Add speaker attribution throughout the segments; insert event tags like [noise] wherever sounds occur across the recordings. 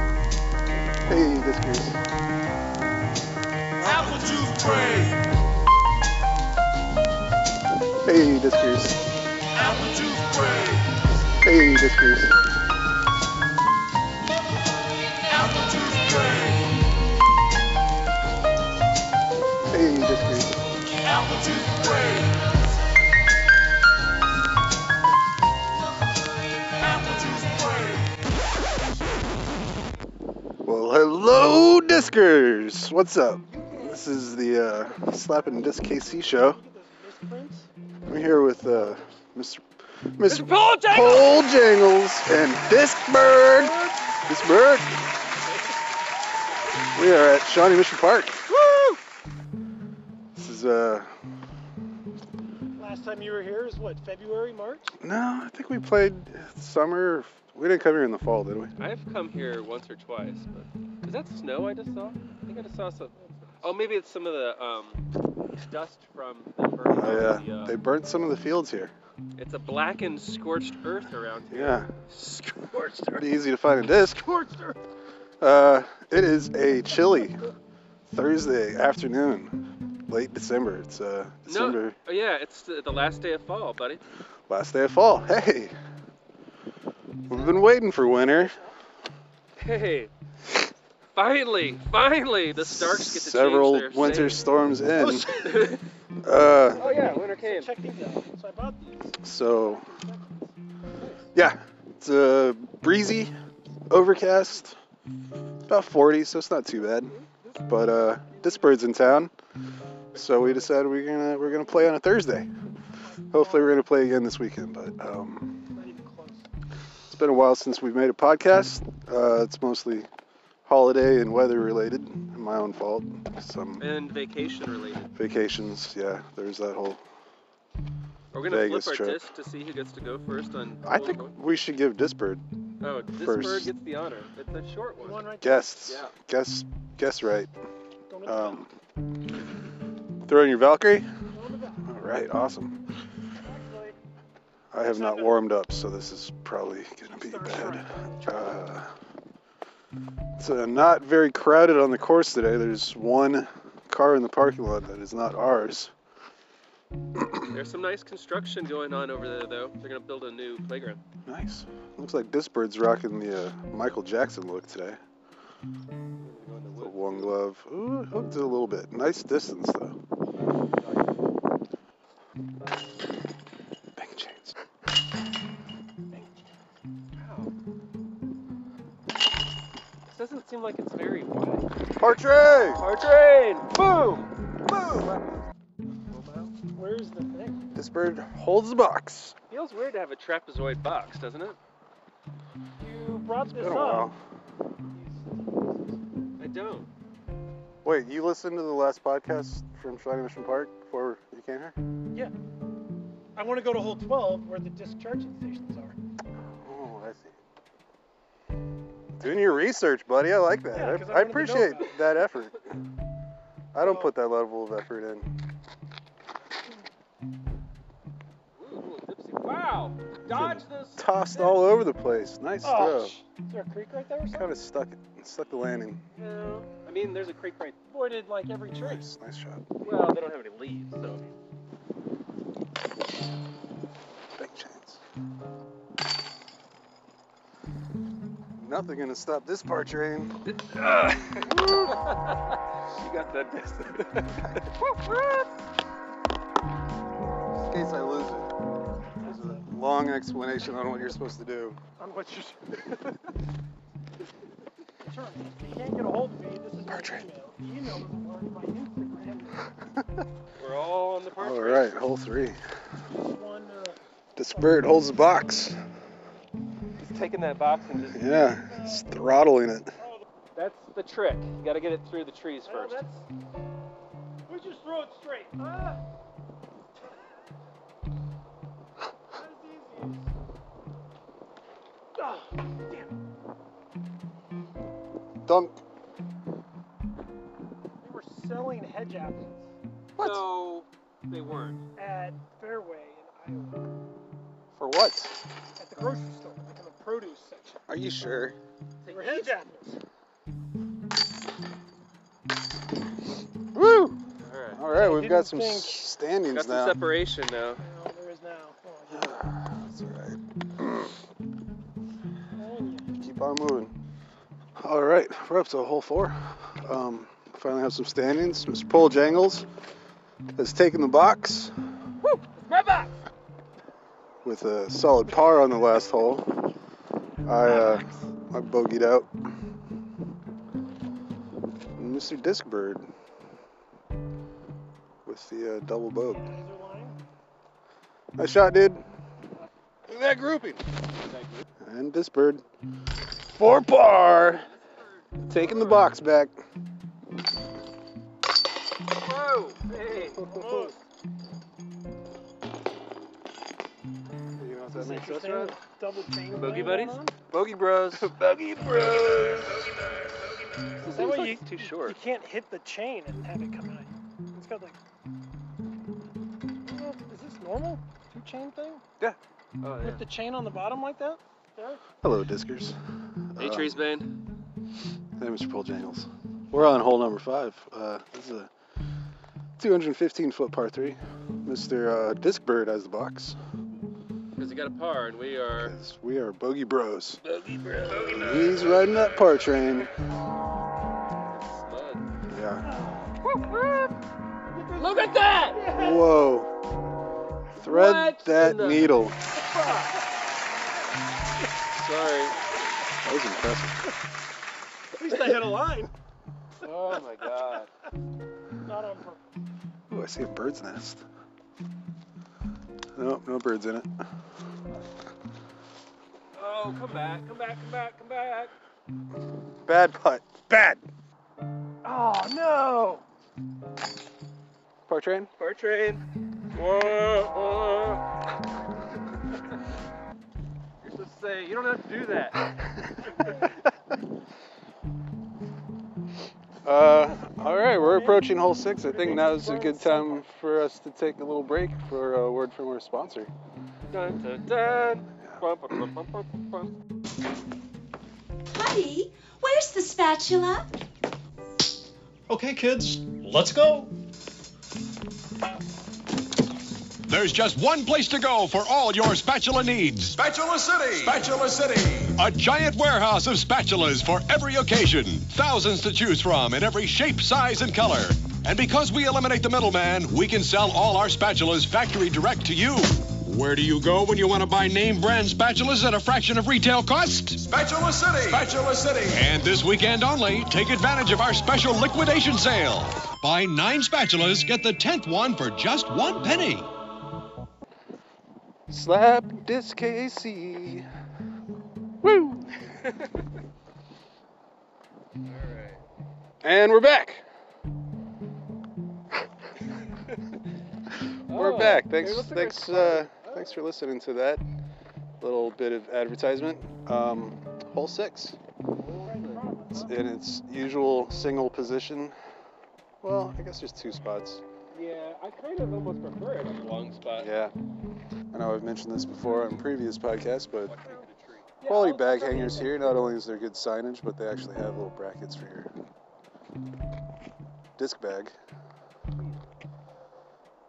Speaker 1: Hey, this is
Speaker 2: Apple juice train.
Speaker 1: Hey, this is
Speaker 2: Apple juice train.
Speaker 1: Hey, this is
Speaker 2: Apple juice train.
Speaker 1: Hey, this is
Speaker 2: Apple juice train. Apple juice train.
Speaker 1: Well, hello, Discers! What's up? This is the uh, Slappin' Disc KC show. I'm here with uh, Mr. Mr.
Speaker 3: Paul
Speaker 1: Paul Jangles and Disc Bird! Disc Bird! We are at Shawnee Mission Park.
Speaker 3: Woo!
Speaker 1: This is, uh,
Speaker 3: Last time you were here is what, February, March?
Speaker 1: no, I think we played summer. We didn't come here in the fall, did we?
Speaker 4: I've come here once or twice, but is that snow I just saw? I think I just saw some. Oh, maybe it's some of the um, dust from the burning. of
Speaker 1: Oh,
Speaker 4: the,
Speaker 1: yeah.
Speaker 4: uh,
Speaker 1: They burnt some of the fields here.
Speaker 4: It's a blackened, scorched earth around
Speaker 1: [laughs]
Speaker 4: here.
Speaker 1: Yeah.
Speaker 4: Scorched
Speaker 1: Pretty
Speaker 4: earth.
Speaker 1: easy to find a disc.
Speaker 4: Scorched earth.
Speaker 1: Uh, it is a chilly Thursday afternoon, late December. It's uh, December,
Speaker 4: Oh yeah, it's the, the last day of fall, buddy.
Speaker 1: last day of fall. Hey, we've been waiting for winter.
Speaker 4: Hey. Finally, finally, the Starks get to
Speaker 1: several
Speaker 4: change their
Speaker 1: winter
Speaker 4: sails.
Speaker 1: storms in.
Speaker 4: [laughs] Oh,
Speaker 3: Oh,
Speaker 1: Uh,
Speaker 4: yeah, winter came.
Speaker 3: Check these out. So I bought these.
Speaker 1: so yeah, it's uh, breezy, overcast, about 40, so it's not too bad. But uh, this bird's in town, so we decided we're gonna we're gonna play on a Thursday. Hopefully, we're gonna play again this weekend, but. Um,
Speaker 3: Not even close.
Speaker 1: It's been a while since we've made a podcast. Uh, it's mostly holiday and weather related. My own fault. Some
Speaker 4: And vacation related.
Speaker 1: vacations. Yeah, there's that whole.
Speaker 4: We're gonna
Speaker 1: Vegas
Speaker 4: flip our
Speaker 1: trip.
Speaker 4: disc to see who gets to go first on.
Speaker 1: I think we should give Disbird
Speaker 4: Oh, this
Speaker 1: first.
Speaker 4: bird gets the honor. It's a short
Speaker 3: The
Speaker 4: one.
Speaker 3: one right there.
Speaker 1: guests.
Speaker 4: Yeah.
Speaker 1: Guess guess right.
Speaker 3: Don't miss
Speaker 1: Um, throw in your Valkyrie.
Speaker 3: that. Don't miss that.
Speaker 1: All right, awesome.
Speaker 3: Actually,
Speaker 1: I have not warmed up, so this is probably gonna be
Speaker 3: start
Speaker 1: bad.
Speaker 3: right.
Speaker 1: Uh, so not very crowded on the course today. There's one car in the parking lot that is not ours.
Speaker 4: There's some nice construction going on over there, though. They're gonna build a new playground.
Speaker 1: Nice. Looks like this bird's rocking the uh, Michael Jackson look today. The one glove. Ooh, hooked it a little bit. Nice distance though. Bang chains.
Speaker 4: This doesn't seem like it's very wide.
Speaker 1: Partridge!
Speaker 4: Our train! Boom!
Speaker 3: Where's the thing?
Speaker 1: This bird holds the box.
Speaker 4: Feels weird to have a trapezoid box, doesn't it?
Speaker 3: You brought this
Speaker 1: Been a
Speaker 3: up.
Speaker 1: while.
Speaker 4: I don't.
Speaker 1: Wait, you listened to the last podcast from Shawnee Mission Park before you came here?
Speaker 3: I want to go to hole 12 where the disc charging stations are.
Speaker 1: Oh, I see. Doing your research, buddy. I like that.
Speaker 3: Yeah,
Speaker 1: I-
Speaker 3: 'cause I
Speaker 1: I,
Speaker 3: wanted to know
Speaker 1: appreciate
Speaker 3: about it.
Speaker 1: that effort. I don't
Speaker 3: Well-
Speaker 1: put that level of effort in.
Speaker 4: Ooh, little dipsy. Wow! Dodge this!
Speaker 1: tossed all over the place. Nice
Speaker 3: Oh, sh- is there a creek right there or
Speaker 1: throw.
Speaker 3: something?
Speaker 1: Kind of stuck it. Stuck the landing.
Speaker 4: No. I mean, there's a creek right.
Speaker 3: Avoided like every tree.
Speaker 1: Nice, nice shot.
Speaker 4: Well, they don't have any leaves, so.
Speaker 1: Big chance. Nothing gonna stop this partridge.
Speaker 4: Ugh. you got that distance.
Speaker 1: In case I lose it. There's a long explanation on what you're supposed to do. [laughs]
Speaker 3: On what you Sure. If you can't get a hold of me, this is my
Speaker 1: Cartwright.
Speaker 3: email. You know my Instagram.
Speaker 4: We're all on the park.
Speaker 1: all right, hole three.
Speaker 3: This one, uh,
Speaker 1: This bird holds the box.
Speaker 4: He's taking that box and just.
Speaker 1: Yeah, it's throttling it.
Speaker 4: That's the trick. You gotta get it through the trees
Speaker 3: Oh,
Speaker 4: first.
Speaker 3: that's. We just throw it straight. Ah. [laughs] That is easy. Ah, damn.
Speaker 1: Dunk.
Speaker 3: They were selling hedge apples
Speaker 1: What?
Speaker 4: No, they weren't.
Speaker 3: at Fairway in Iowa
Speaker 1: For what?
Speaker 3: at the grocery store, like on the produce section.
Speaker 1: Are you sure?
Speaker 3: They were hedge apples.
Speaker 1: Woo!
Speaker 4: All right.
Speaker 1: All right,
Speaker 3: I
Speaker 1: we've
Speaker 3: didn't
Speaker 1: got some
Speaker 3: think-
Speaker 1: s- standings
Speaker 4: Got
Speaker 1: now.
Speaker 4: some separation now.
Speaker 3: No, there is now. Oh, yeah.
Speaker 1: That's all right.
Speaker 3: Oh, yeah.
Speaker 1: Keep on moving. All right, we're up to a hole four. Um, finally have some standings. Mr. Paul Jangles has taken the box
Speaker 3: Right back!
Speaker 1: with a solid par on the last hole. I uh, I bogeyed out. And Mr. Discbird with the uh, double boat.
Speaker 3: Yeah, these are lying.
Speaker 1: Nice shot, dude.
Speaker 4: Look at that grouping.
Speaker 1: And Discbird for par, taking the box back.
Speaker 4: Whoa! Hey!
Speaker 3: Almost.
Speaker 1: You know what
Speaker 3: It's
Speaker 1: that makes us,
Speaker 3: interesting.
Speaker 1: right?
Speaker 3: Double chain.
Speaker 4: Boogie buddies?
Speaker 3: thing going on.
Speaker 1: Bogey
Speaker 4: [laughs]
Speaker 1: Bros.
Speaker 4: Buggy bros.
Speaker 3: Is that why you,
Speaker 4: It's too
Speaker 3: You
Speaker 4: short.
Speaker 3: can't hit the chain and have it come out. It's got like. Uh, Is this normal? Two chain thing?
Speaker 4: Oh,
Speaker 3: With the chain on the bottom like that? Yeah.
Speaker 1: Hello, Discers.
Speaker 4: Hey,
Speaker 1: Uh,
Speaker 4: Trees Bane.
Speaker 1: Hey, Mr. Paul Jangles. We're on hole number five. Uh, this is a 215 foot par three. Mr. Uh, Discbird has the box.
Speaker 4: Because he got a par and we [laughs] are.
Speaker 1: 'cause We are Bogey Bros.
Speaker 4: Buggy bros. Buggy
Speaker 1: And He's riding that par train.
Speaker 4: Mud.
Speaker 1: Yeah.
Speaker 4: Look at that!
Speaker 1: Whoa. Thread
Speaker 4: What
Speaker 1: that
Speaker 4: in the-
Speaker 1: needle.
Speaker 4: Sorry.
Speaker 1: That was impressive.
Speaker 3: At least I hit a line.
Speaker 4: Oh my god.
Speaker 3: Not on purpose.
Speaker 1: Ooh, I see a bird's nest. Nope, no birds in it.
Speaker 4: Oh, come back, come back, come back, come back.
Speaker 1: Bad putt. Bad.
Speaker 3: Oh no!
Speaker 1: Par train?
Speaker 4: Car train. Whoa, whoa. You're supposed to say, you don't have to
Speaker 1: [laughs]
Speaker 4: do that.
Speaker 1: Uh, all right, we're approaching hole six. I think now's a good time for us to take a little break for a word from our sponsor.
Speaker 4: Dun, dun, dun. Bum, bum, bum, bum, bum, bum.
Speaker 5: Buddy, where's the spatula?
Speaker 6: Okay, kids, let's go. There's just one place to go for all your spatula needs
Speaker 2: Spatula City! Spatula City!
Speaker 6: a giant warehouse of spatulas for every occasion. Thousands to choose from in every shape, size, and color. And because we eliminate the middleman, we can sell all our spatulas factory direct to you. Where do you go when you want to buy name brand spatulas at a fraction of retail cost?
Speaker 2: Spatula City! Spatula City!
Speaker 6: And this weekend only, take advantage of our special liquidation sale. Buy nine spatulas, get the tenth one for just one penny.
Speaker 1: Slap Disc KC. Woo!
Speaker 4: Alright.
Speaker 1: And we're
Speaker 4: [laughs]
Speaker 1: back. we're
Speaker 4: Oh,
Speaker 1: back.
Speaker 4: hey,
Speaker 1: Thanks,
Speaker 4: what's the
Speaker 1: thanks,
Speaker 4: great-
Speaker 1: uh, thanks for listening to that little bit of advertisement. Um, hole six. It's in its usual single position. Well, I guess there's two spots.
Speaker 4: Yeah, I kind of almost prefer it on the long spot.
Speaker 1: Yeah. I know I've mentioned this before on previous podcasts, but
Speaker 4: Like picking a tree.
Speaker 1: quality bag hangers here, not only is there good signage, but they actually have little brackets for your disc bag.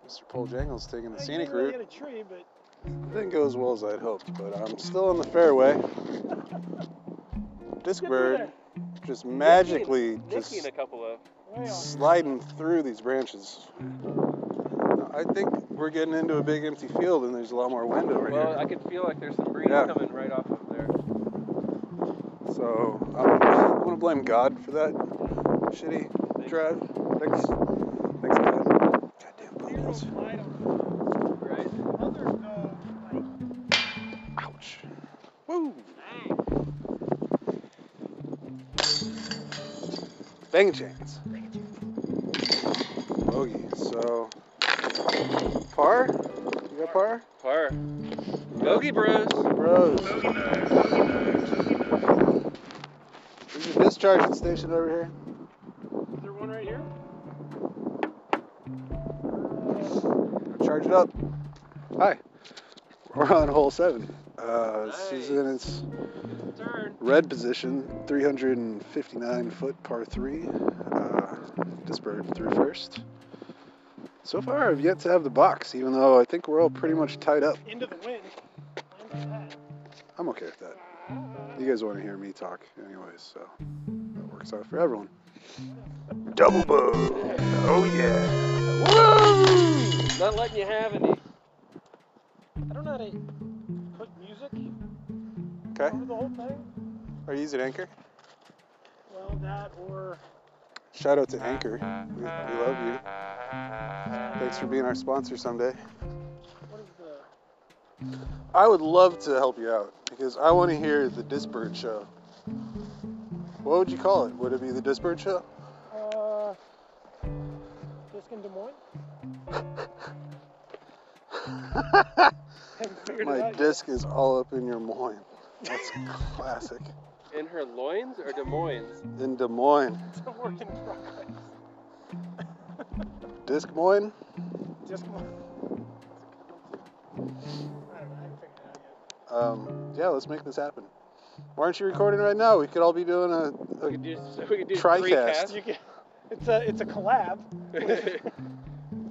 Speaker 1: Mr. Paul Jangle's taking the scenic
Speaker 3: I really
Speaker 1: route.
Speaker 3: hit a tree, but
Speaker 1: Didn't go as well as I'd hoped, but I'm still on the fairway. Disc
Speaker 3: Get
Speaker 1: bird just magically
Speaker 4: Nicky
Speaker 1: just
Speaker 4: and a couple of.
Speaker 3: way off.
Speaker 1: sliding through these branches. I think we're getting into a big empty field and there's a lot more wind over here.
Speaker 4: Well, I could feel like there's some breeze
Speaker 1: Yeah.
Speaker 4: coming right off of there.
Speaker 1: So I'm, I'm gonna blame God for that shitty
Speaker 4: Thanks.
Speaker 1: drive. Thanks, thanks God. Goddamn
Speaker 3: Zero
Speaker 1: bubbles.
Speaker 3: glide on
Speaker 4: Right?
Speaker 3: the uh, Others go like
Speaker 1: Ouch. Woo. Bang chains. Bogey. So par. You got par?
Speaker 4: Par. Bogey Bros.
Speaker 1: Bogey bros. There's a discharging station over here.
Speaker 3: Is there one right here?
Speaker 1: Charge it up. Hi. We're on hole seven. Uh, She's in its
Speaker 4: His turn.
Speaker 1: red position, 359 foot par three. Uh, this bird through first. So far, I've yet to have the box, even though I think we're all pretty much tied up.
Speaker 3: Into the wind. Into that.
Speaker 1: I'm okay with that. You guys want to hear me talk, anyways, so that works out for everyone. Double bow! Oh yeah!
Speaker 4: Not letting you have any.
Speaker 3: I don't know how to put music
Speaker 1: Okay,
Speaker 3: over the whole thing.
Speaker 1: are you using Anchor?
Speaker 3: Well, that or
Speaker 1: Shout out to Anchor. We, we love you. Thanks for being our sponsor someday.
Speaker 3: what is the?
Speaker 1: I would love to help you out because I want to hear the Disbird show. What would you call it? Would it be the Disbird show?
Speaker 3: Uh, disc in Des Moines. Haven't figured it
Speaker 1: My
Speaker 3: out yet.
Speaker 1: disc is all up in your moin. That's classic.
Speaker 4: In her loins or Des Moines?
Speaker 1: In Des Moines.
Speaker 3: It's a work in progress.
Speaker 1: Disc Moines?
Speaker 3: Disc Moines. I don't know. I haven't figured it out yet.
Speaker 1: Um, yeah, let's make this happen. Why aren't you recording right now? We could all be doing a.
Speaker 4: We
Speaker 1: a
Speaker 4: could do, [laughs] we could do
Speaker 1: Tricast.
Speaker 4: three casts. [laughs]
Speaker 3: You can, it's a it's a collab.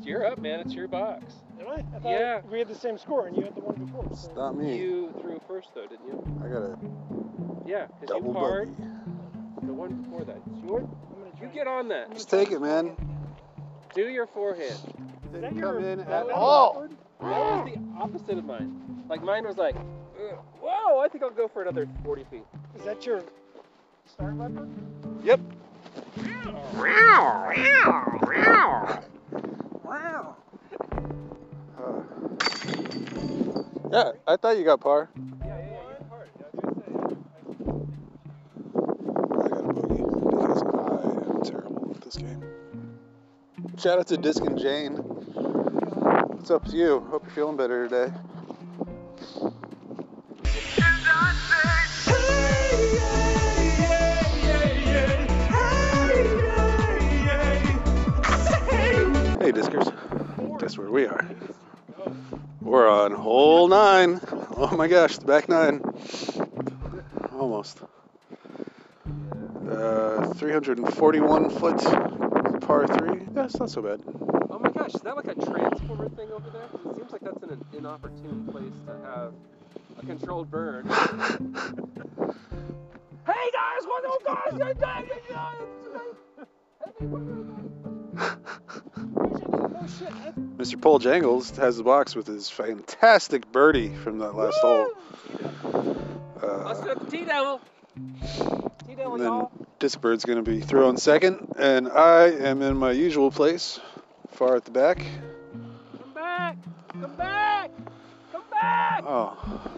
Speaker 4: You're up, man. It's your box.
Speaker 3: Am I? I thought
Speaker 4: Yeah.
Speaker 3: We had the same score, and you had the one before.
Speaker 1: it's
Speaker 3: So.
Speaker 1: not me.
Speaker 4: You threw first, though, didn't you?
Speaker 1: I got a
Speaker 4: Yeah, because
Speaker 1: double
Speaker 4: you parred
Speaker 1: bogey.
Speaker 4: the one before that. It's your,
Speaker 3: I'm gonna try.
Speaker 4: you get on that.
Speaker 1: Just take it, man.
Speaker 4: Do your forehand.
Speaker 1: Didn't
Speaker 3: your-
Speaker 1: come in
Speaker 3: that
Speaker 1: at
Speaker 3: was
Speaker 1: all.
Speaker 3: awkward?
Speaker 4: That was the opposite of mine. Like, mine was like, "Ugh, whoa, I think I'll go for another 40 feet.
Speaker 3: Is that your star leopard?
Speaker 4: Yep.
Speaker 1: Uh, yeah, I thought you got par.
Speaker 4: Yeah, yeah, yeah. you parred. Yeah, I was gonna say.
Speaker 1: I got a bogey because I am terrible at this game. Shout out to Disc and Jane. What's up to you? Hope you're feeling better today. Hey, Discers. Guess where we are? We're on hole nine. Oh my gosh, the back nine. Almost. Uh, 341 foot par three. That's not so bad. [laughs]
Speaker 4: Oh my gosh, is that like a transformer thing over there? 'Cause it seems like that's an, an inopportune place to have a controlled burn. hey guys, what up, guys? Hey guys, hey guys! Hey, what up, guys? Oh shit, that's
Speaker 1: Mr. Paul Jangles has the box with his fantastic birdie from that last hole.
Speaker 4: Let's
Speaker 1: Uh,
Speaker 4: do the T Devil! T Devil,
Speaker 1: and then
Speaker 4: y'all.
Speaker 1: Disbird's going to be throwing second, and I am in my usual place, far at the back.
Speaker 4: Come back! Come back! Come back!
Speaker 1: Oh,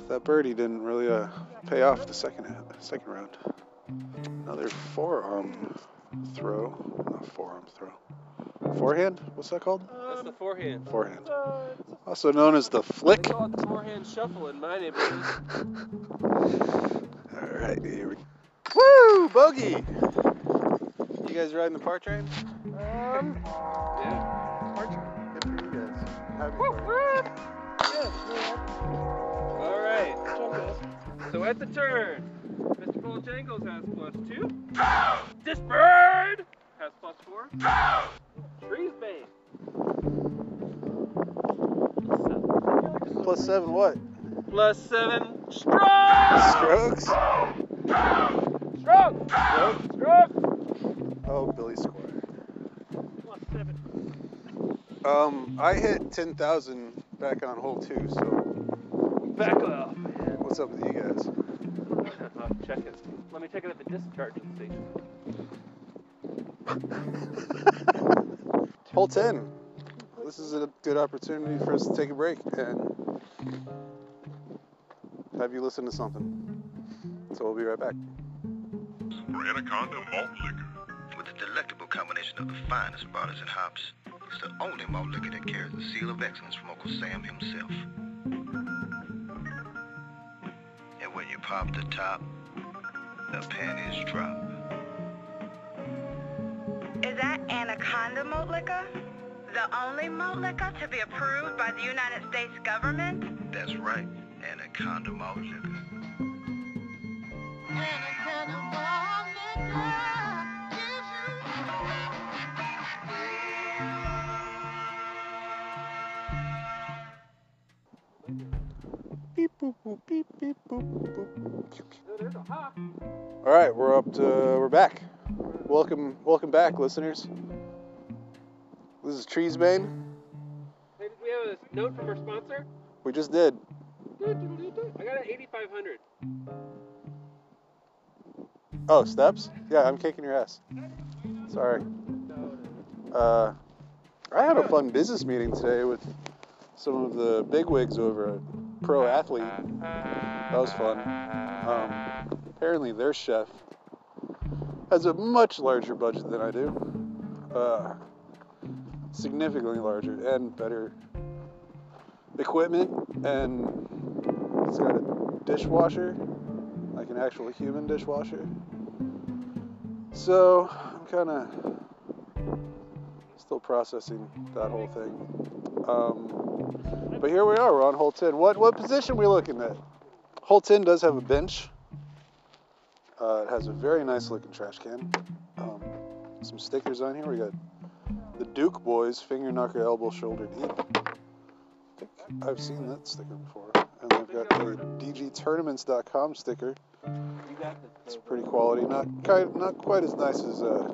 Speaker 1: that birdie didn't really uh, pay off the second ha- second round. Another forearm throw, not forearm throw, forehand. What's that called?
Speaker 4: That's the forehand.
Speaker 1: Forehand,
Speaker 3: Uh, it's
Speaker 1: also known as the
Speaker 4: We
Speaker 1: flick. [laughs]
Speaker 4: call it the forehand shuffle in my neighborhood.
Speaker 1: All right, here we. Woo, bogey! You guys riding the par train?
Speaker 3: um,
Speaker 4: Yeah.
Speaker 1: Good for you guys. Happy par-
Speaker 4: Alright.
Speaker 3: jump this.
Speaker 4: So at the turn, Mr. Bojangles has plus two. This bird has plus four. Trees bane.
Speaker 1: Plus seven what?
Speaker 4: Plus seven. Stroke!
Speaker 1: Strokes.
Speaker 4: Stroke! Stroke!
Speaker 1: Oh, Billy Squire.
Speaker 3: Plus seven.
Speaker 1: Um, I hit ten thousand back on hole two. So
Speaker 4: Back up. [laughs]
Speaker 1: what's up with you guys? [laughs]
Speaker 4: I'll check it. Let me check it at the discharging station.
Speaker 1: Hole 10. This is a good opportunity for us to take a break and have you listen to something. So we'll be right back.
Speaker 7: Anaconda malt liquor.
Speaker 8: With a delectable combination of the finest barley and hops, it's the only malt liquor that carries the seal of excellence from Uncle Sam himself. And when you pop the top, the panties drop.
Speaker 7: Is that Anaconda malt liquor? The only malt liquor to be approved by the United States government?
Speaker 8: That's right. Anaconda Malt Liquor.
Speaker 1: Beep, boop, boop, beep, beep, boop, boop.
Speaker 4: No, Oh, there's a hop.
Speaker 1: All right, we're up to we're back. Welcome, welcome back, listeners. This is Treesbane.
Speaker 4: Hey, did we have a note from our sponsor?
Speaker 1: We just did.
Speaker 4: I got an 8500.
Speaker 1: Oh, steps? Yeah, I'm kicking your ass. Sorry. Uh, I had a fun business meeting today with some of the bigwigs over at Pro Athlete. That was fun. Um, apparently, their chef has a much larger budget than I do, uh, significantly larger, and better equipment. And it's got a dishwasher, like an actual human dishwasher. So I'm kind of still processing that whole thing. Um, but here we are. We're on hole ten. What what position we looking at? Hole ten does have a bench. Uh, it has a very nice looking trash can. Um, some stickers on here. We got the Duke Boys finger knocker elbow shoulder deep. I think I've seen that sticker before. And they've got the DGTournaments.com sticker.
Speaker 4: You got this.
Speaker 1: It's pretty quality. Not quite, not quite as nice as uh,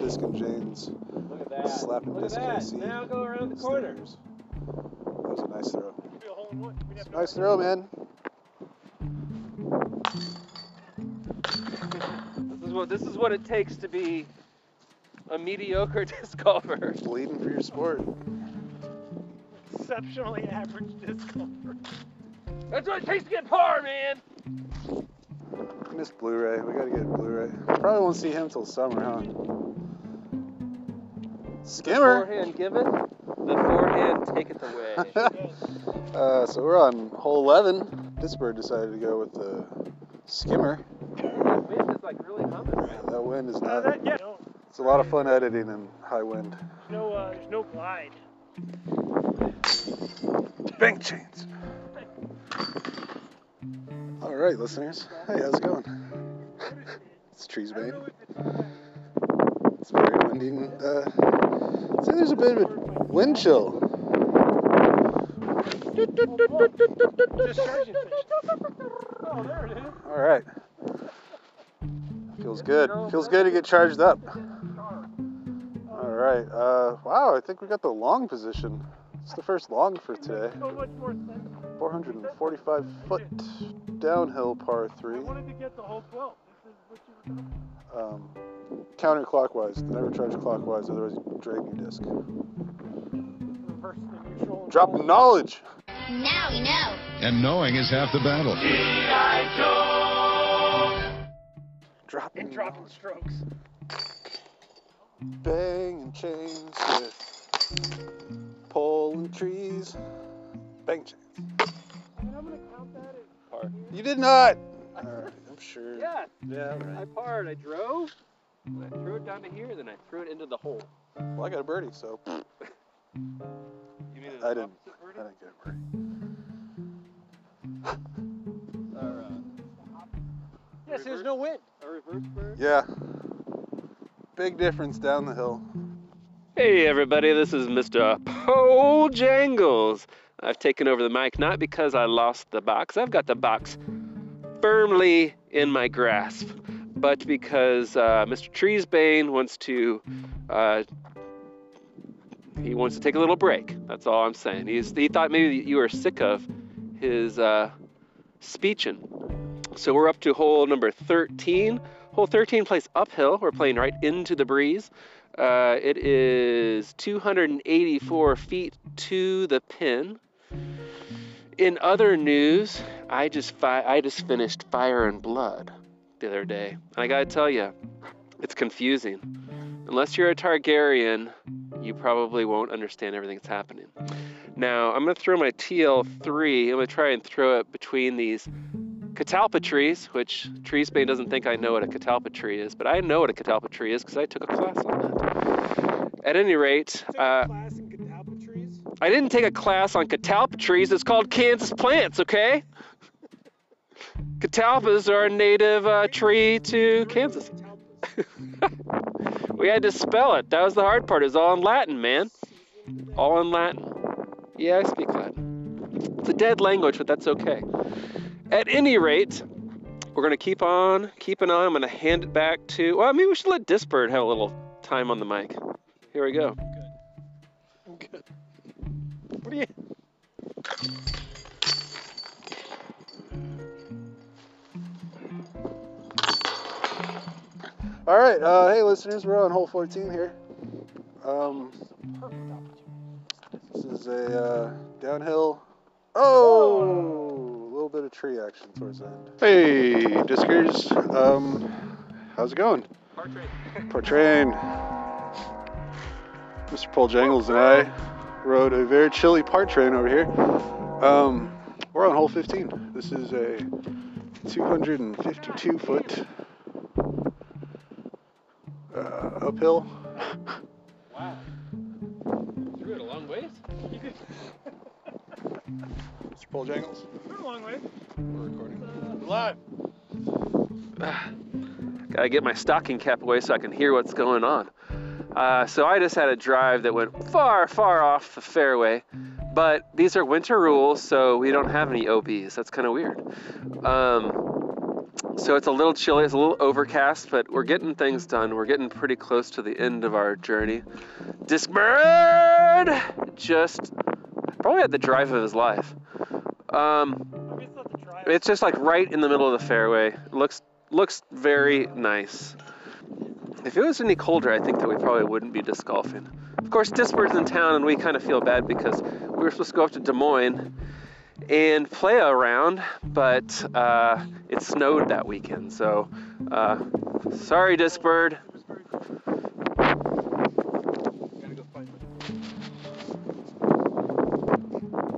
Speaker 1: Disc and Jane's
Speaker 4: Look at that.
Speaker 1: Slap and
Speaker 4: Look at
Speaker 1: disc
Speaker 4: that.
Speaker 1: KC.
Speaker 4: Now go around the corner.
Speaker 1: stickers. That was a nice throw.
Speaker 3: It'd be a hole in one. We'd have no
Speaker 1: Nice
Speaker 3: idea.
Speaker 1: throw, man.
Speaker 4: This is what this is what it takes to be a mediocre [laughs] disc golfer.
Speaker 1: Bleeding for your sport.
Speaker 3: Exceptionally average disc [laughs] golfer.
Speaker 4: That's what it takes to get par, man.
Speaker 1: Miss Blu-ray. We gotta get Blu-ray. Probably won't see him till summer, huh? Skimmer.
Speaker 4: Forehand giveth, the forehand
Speaker 1: [laughs]
Speaker 4: taketh away.
Speaker 1: Uh, so we're on hole 11. This bird decided to go with the skimmer.
Speaker 4: Your fish is like really humming, right?
Speaker 1: That wind is
Speaker 3: Uh,
Speaker 1: not.
Speaker 3: that, yeah. No,
Speaker 1: It's a lot of fun editing in high wind.
Speaker 3: there's no, uh, there's no glide.
Speaker 1: Bank chains. All right, listeners. Hey, how's it going? It's
Speaker 3: I
Speaker 1: Treesbane.
Speaker 3: don't know if it's
Speaker 1: It's very windy. and, Uh, I'd say there's a bit of a wind chill.
Speaker 3: Discharging Oh, there it is.
Speaker 1: All right. Feels good. Feels good to get charged up. All right. Uh, wow, I think we got the long position. It's the first long for today.
Speaker 3: So much more sense.
Speaker 1: 445 foot downhill par
Speaker 3: I
Speaker 1: three.
Speaker 3: wanted to get the whole 12. This is what you were talking about.
Speaker 1: Um, counterclockwise. Never charge clockwise, otherwise you drain your disc.
Speaker 3: Reverse the neutral.
Speaker 1: Drop knowledge.
Speaker 5: Now we know.
Speaker 6: And knowing is half the battle.
Speaker 1: Drop
Speaker 3: And dropping strokes.
Speaker 1: Bang and chains with pole and trees. Bang chains.
Speaker 3: I mean, I'm going to count that as.
Speaker 4: Par.
Speaker 1: You did not. All right, I'm sure.
Speaker 4: Yeah,
Speaker 1: Yeah, all right.
Speaker 4: I parred. I drove. and I threw it down to here, then I threw it into the hole.
Speaker 1: Well, I got a birdie, so I
Speaker 4: You mean
Speaker 1: I didn't. didn't get a birdie.
Speaker 3: Yes, there's no wind.
Speaker 4: A reverse bird?
Speaker 1: Yeah. Big difference down the hill.
Speaker 4: Hey everybody, this is Mr. Paul Jangles. I've taken over the mic not because I lost the box. I've got the box firmly in my grasp, but because uh, Mr. Treesbane wants to uh, he wants to take a little break. That's all I'm saying. He's, he thought maybe you were sick of his uh, speeching. So we're up to hole number 13. Hole 13 plays uphill. We're playing right into the breeze. Uh, it is 284 feet to the pin. In other news, I just fi- I just finished Fire and Blood the other day, and I gotta tell you, it's confusing. Unless you're a Targaryen, you probably won't understand everything that's happening. Now I'm gonna throw my TL3. I'm gonna try and throw it between these catalpa trees, which Tree Spain doesn't think I know what a catalpa tree is, but I know what a catalpa tree is because I took a class on that. At any rate, uh,
Speaker 3: class in catalpa trees.
Speaker 4: I didn't take a class on catalpa trees. It's called Kansas plants, okay? catalpas are a native uh, tree to Kansas. we had to spell it. That was the hard part. It was all in Latin, man. All in Latin. Yeah, I speak Latin. It's a dead language, but that's okay. At any rate, we're going to keep on keeping on. I'm going to hand it back to. Well, maybe we should let Disbird have a little time on the mic. Here we go.
Speaker 3: I'm good. What do you?
Speaker 1: All right. Uh, hey, listeners, we're on hole 14 here. Um, this is a uh, downhill. Oh, a little bit of tree action towards the end. Hey, Discers. Um, how's it going?
Speaker 3: [laughs]
Speaker 1: Portrain. Mr. Paul Jangles and I rode a very chilly part train over here. Um, we're on hole 15. This is a 252 foot uh, uphill.
Speaker 4: Wow. Threw it a long ways.
Speaker 3: You could
Speaker 1: Mr. Paul Jangles.
Speaker 3: go a long way.
Speaker 1: We're recording.
Speaker 3: Live.
Speaker 4: Gotta get my stocking cap away so I can hear what's going on. Uh, so I just had a drive that went far, far off the fairway. But these are winter rules, so we don't have any OBs. That's kind of weird. Um, so it's a little chilly, it's a little overcast, but we're getting things done. We're getting pretty close to the end of our journey. Discbird just probably had the drive of his life. Um,
Speaker 3: I guess not the drive.
Speaker 4: it's just like right in the middle of the fairway. Looks looks very nice. If it was any colder, I think that we probably wouldn't be disc golfing. Of course, Disper's in town, and we kind of feel bad because we were supposed to go up to Des Moines and play a round, but uh, it snowed that weekend. So, uh, sorry, Disbird.
Speaker 3: Gotta go find it.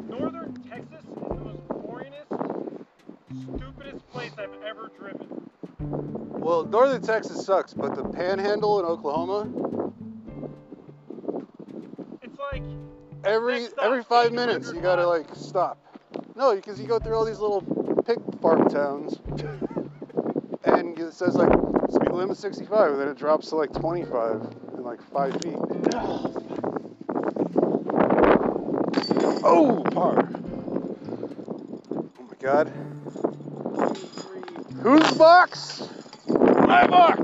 Speaker 3: Northern Texas is the most boringest, stupidest place I've ever driven.
Speaker 1: Well, northern Texas sucks, but the panhandle in Oklahoma,
Speaker 3: It's like
Speaker 1: every
Speaker 3: That sucks.
Speaker 1: every five minutes you gotta like stop. No, because you go through all these little pig farm towns, and it says like speed limit 65, and then it drops to like 25 in like five feet. Oh, par. Oh my God. Whose box?
Speaker 3: my box.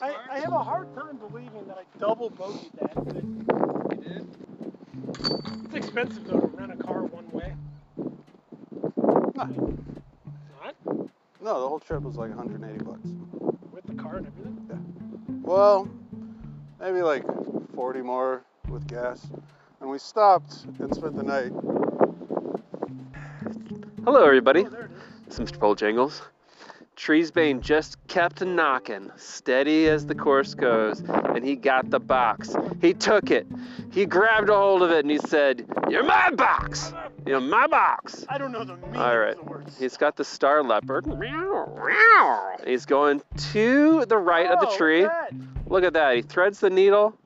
Speaker 3: I, I have a hard time believing that I double bogeyed that. But It's expensive though to rent a car one way. Not
Speaker 1: No, the whole trip was like 180 bucks.
Speaker 3: with the car and everything.
Speaker 1: Well, maybe like 40 more with gas. And we stopped and spent the night.
Speaker 4: Hello, everybody.
Speaker 3: Oh, there it is.
Speaker 4: It's Mr. Paul Jingles. Treesbane just kept knocking, steady as the course goes, and he got the box. He took it. He grabbed a hold of it and he said, You're my box! You're my box!
Speaker 3: I don't know the meaning
Speaker 4: All right.
Speaker 3: of the words.
Speaker 4: He's got the star leopard. Meow, meow. He's going to the right of the
Speaker 3: Oh,
Speaker 4: tree.
Speaker 3: look at that.
Speaker 4: Look at that. He threads the needle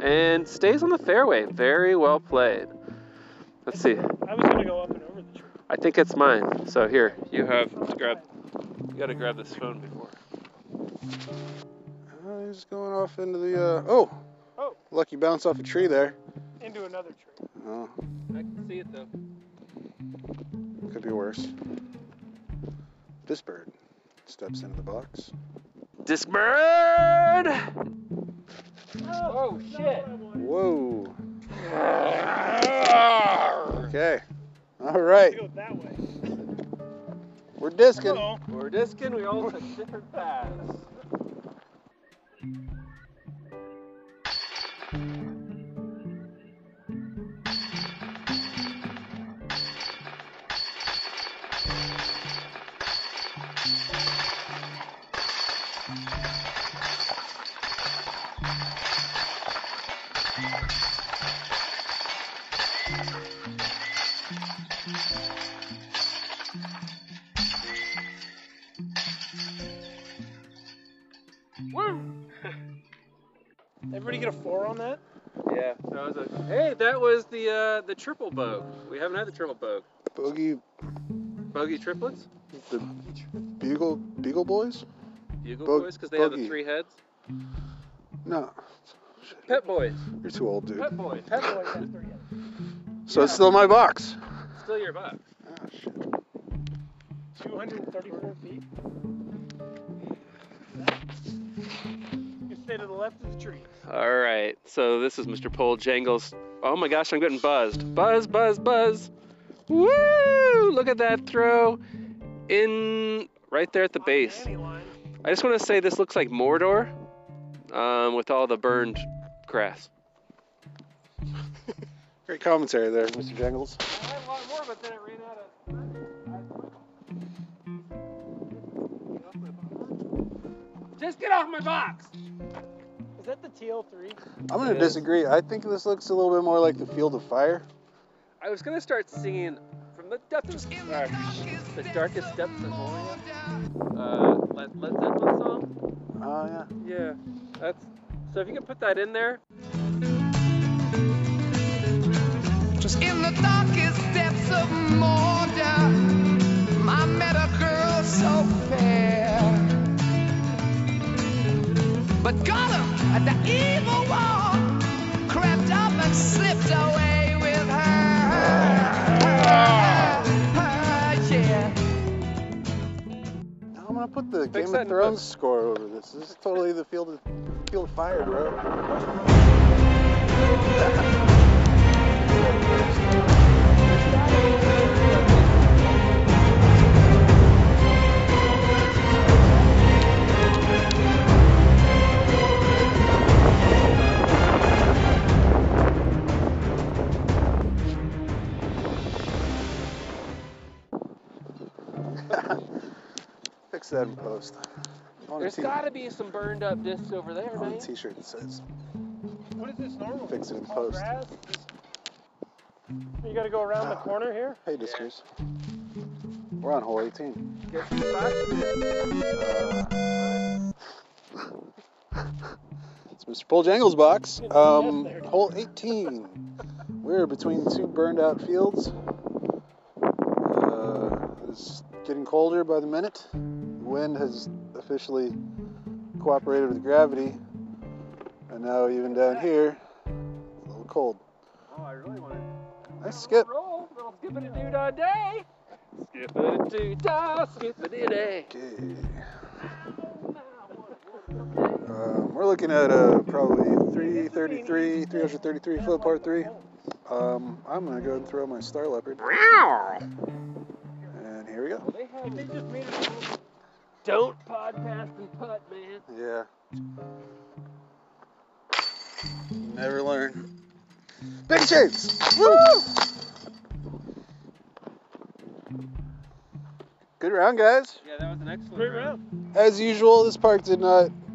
Speaker 4: and stays on the fairway. Very well played. Let's see.
Speaker 3: I was gonna go up and over the tree.
Speaker 4: I think it's mine. So here, you have grab. You gotta grab this phone before.
Speaker 1: Uh, he's going off into the. Uh, oh!
Speaker 3: Oh.
Speaker 1: Lucky bounce off a tree there.
Speaker 3: Into another tree.
Speaker 1: Oh,
Speaker 4: I can see it though.
Speaker 1: could be worse. This bird steps into the box.
Speaker 4: Disbird!
Speaker 3: Oh, shit.
Speaker 1: Whoa! Okay. All right.
Speaker 3: Go that way.
Speaker 1: We're discing.
Speaker 3: Hello.
Speaker 4: We're disking. We all took different paths.
Speaker 3: Everybody get a four on that?
Speaker 4: Yeah. So I was like, hey, that was the uh, the triple bow. We haven't had the triple bow.
Speaker 1: Boogie.
Speaker 4: Bogey triplets?
Speaker 1: The Beagle Beagle Boys?
Speaker 4: Bugle
Speaker 1: Bog-
Speaker 4: boys? Because they have the
Speaker 1: bogey.
Speaker 4: three heads?
Speaker 1: No,
Speaker 4: Pet boys.
Speaker 1: you're too old, dude.
Speaker 4: Pet boys.
Speaker 3: Pet boy has three heads.
Speaker 1: So it's still my box. Oh,
Speaker 4: Still your box.
Speaker 3: 234 feet. You stay to the left of the tree.
Speaker 4: All right. So this is Mr. Pole Jangles. Oh my gosh, I'm getting buzzed. Buzz, buzz, buzz. Woo! Look at that throw in right there at the base.
Speaker 3: Any line.
Speaker 4: I just want to say this looks like Mordor um, with all the burned grass.
Speaker 1: Great commentary there, Mr. Jangles.
Speaker 3: I had a lot more, but then it ran out of. Just get off my box! Is that the TL3?
Speaker 1: I'm gonna
Speaker 4: Yeah.
Speaker 1: disagree. I think this looks a little bit more like the Field of Fire.
Speaker 4: I was going to start singing from the depths of the darkest depths of Orient. Uh, Led Led Zeppelin song?
Speaker 1: Oh yeah.
Speaker 4: Yeah. That's So if you can put that in there,
Speaker 9: In the darkest depths of Mordor, I met a girl so fair. But Gollum, the evil one, crept up and slipped away with her. Her, her, yeah.
Speaker 1: Now I'm gonna put the
Speaker 4: Fix
Speaker 1: Game
Speaker 4: that
Speaker 1: of
Speaker 4: in
Speaker 1: Thrones
Speaker 4: the-
Speaker 1: score over this. This is totally the Field of Field of Fire, bro. Fix that in post. I want a
Speaker 4: there's
Speaker 1: t-
Speaker 4: got to be some burned up discs over there,
Speaker 1: I want
Speaker 4: man.
Speaker 1: a T-shirt that says
Speaker 3: What is this normal?
Speaker 1: Fix it in
Speaker 3: Tall
Speaker 1: post.
Speaker 3: grass? You gotta go around the corner here?
Speaker 1: Hey, Discers. We're on hole 18.
Speaker 4: Get some box.
Speaker 1: It's Mr. Paul Jangle's box. Um,
Speaker 3: Yes, there.
Speaker 1: hole 18. We're between two burned out fields. Uh, it's getting colder by the minute. The wind has officially cooperated with gravity. And now, even down here, it's a little cold.
Speaker 4: Oh, I really want to
Speaker 1: Nice skip.
Speaker 4: roll. Little skippity doo dah day. Skippity doo dah, skippity day.
Speaker 1: Okay. Um, we're looking at uh, probably 333, 333 foot par three. Um, I'm gonna go and throw my Star Leopard. And here we go.
Speaker 4: They have. They just made it. Don't podcast and putt, man.
Speaker 1: Yeah. Never learn. Big chance! Woo! Good round, guys.
Speaker 4: Yeah, that was an excellent
Speaker 3: Great round.
Speaker 1: As usual, this park did not